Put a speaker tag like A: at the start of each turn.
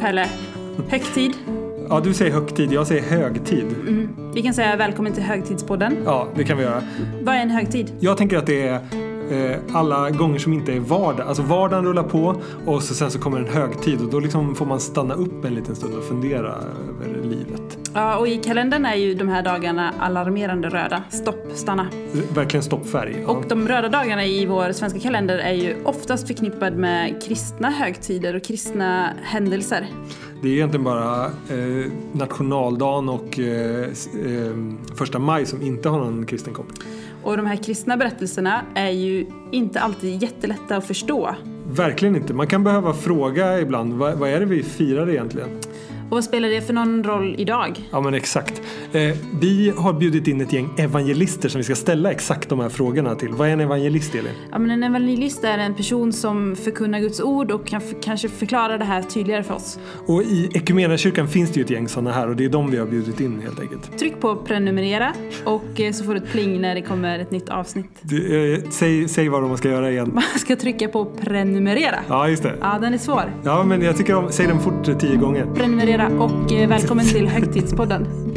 A: Pelle. Högtid.
B: Ja, du säger högtid, jag säger högtid.
A: Mm. Vi kan säga välkommen till Högtidspodden.
B: Ja, det kan vi göra.
A: Vad är en högtid?
B: Jag tänker att det är eh, alla gånger som inte är vardag. Alltså vardagen rullar på och så sen så kommer en högtid och då liksom får man stanna upp en liten stund och fundera över livet.
A: Ja, och i kalendern är ju de här dagarna alarmerande röda. Stopp, stanna.
B: Verkligen stoppfärg.
A: Och de röda dagarna i vår svenska kalender är ju oftast förknippad med kristna högtider och kristna händelser.
B: Det är egentligen bara eh, nationaldagen och eh, s- eh, första maj som inte har någon kristen koppling.
A: Och de här kristna berättelserna är ju inte alltid jättelätta att förstå.
B: Verkligen inte. Man kan behöva fråga ibland, vad, vad är det vi firar egentligen?
A: Och vad spelar det för någon roll idag?
B: Ja men exakt. Eh, vi har bjudit in ett gäng evangelister som vi ska ställa exakt de här frågorna till. Vad är en evangelist Elin?
A: Ja, men en evangelist är en person som förkunnar Guds ord och kan f- kanske förklara det här tydligare för oss.
B: Och i Equmeniakyrkan finns det ju ett gäng sådana här och det är de vi har bjudit in helt enkelt.
A: Tryck på prenumerera och eh, så får du ett pling när det kommer ett nytt avsnitt.
B: Du, eh, säg, säg vad de ska göra igen.
A: Man ska trycka på prenumerera.
B: Ja just det.
A: Ja, den är svår.
B: Ja men jag tycker om, säg den fort eh, tio gånger.
A: Prenumerera och eh, välkommen till Högtidspodden.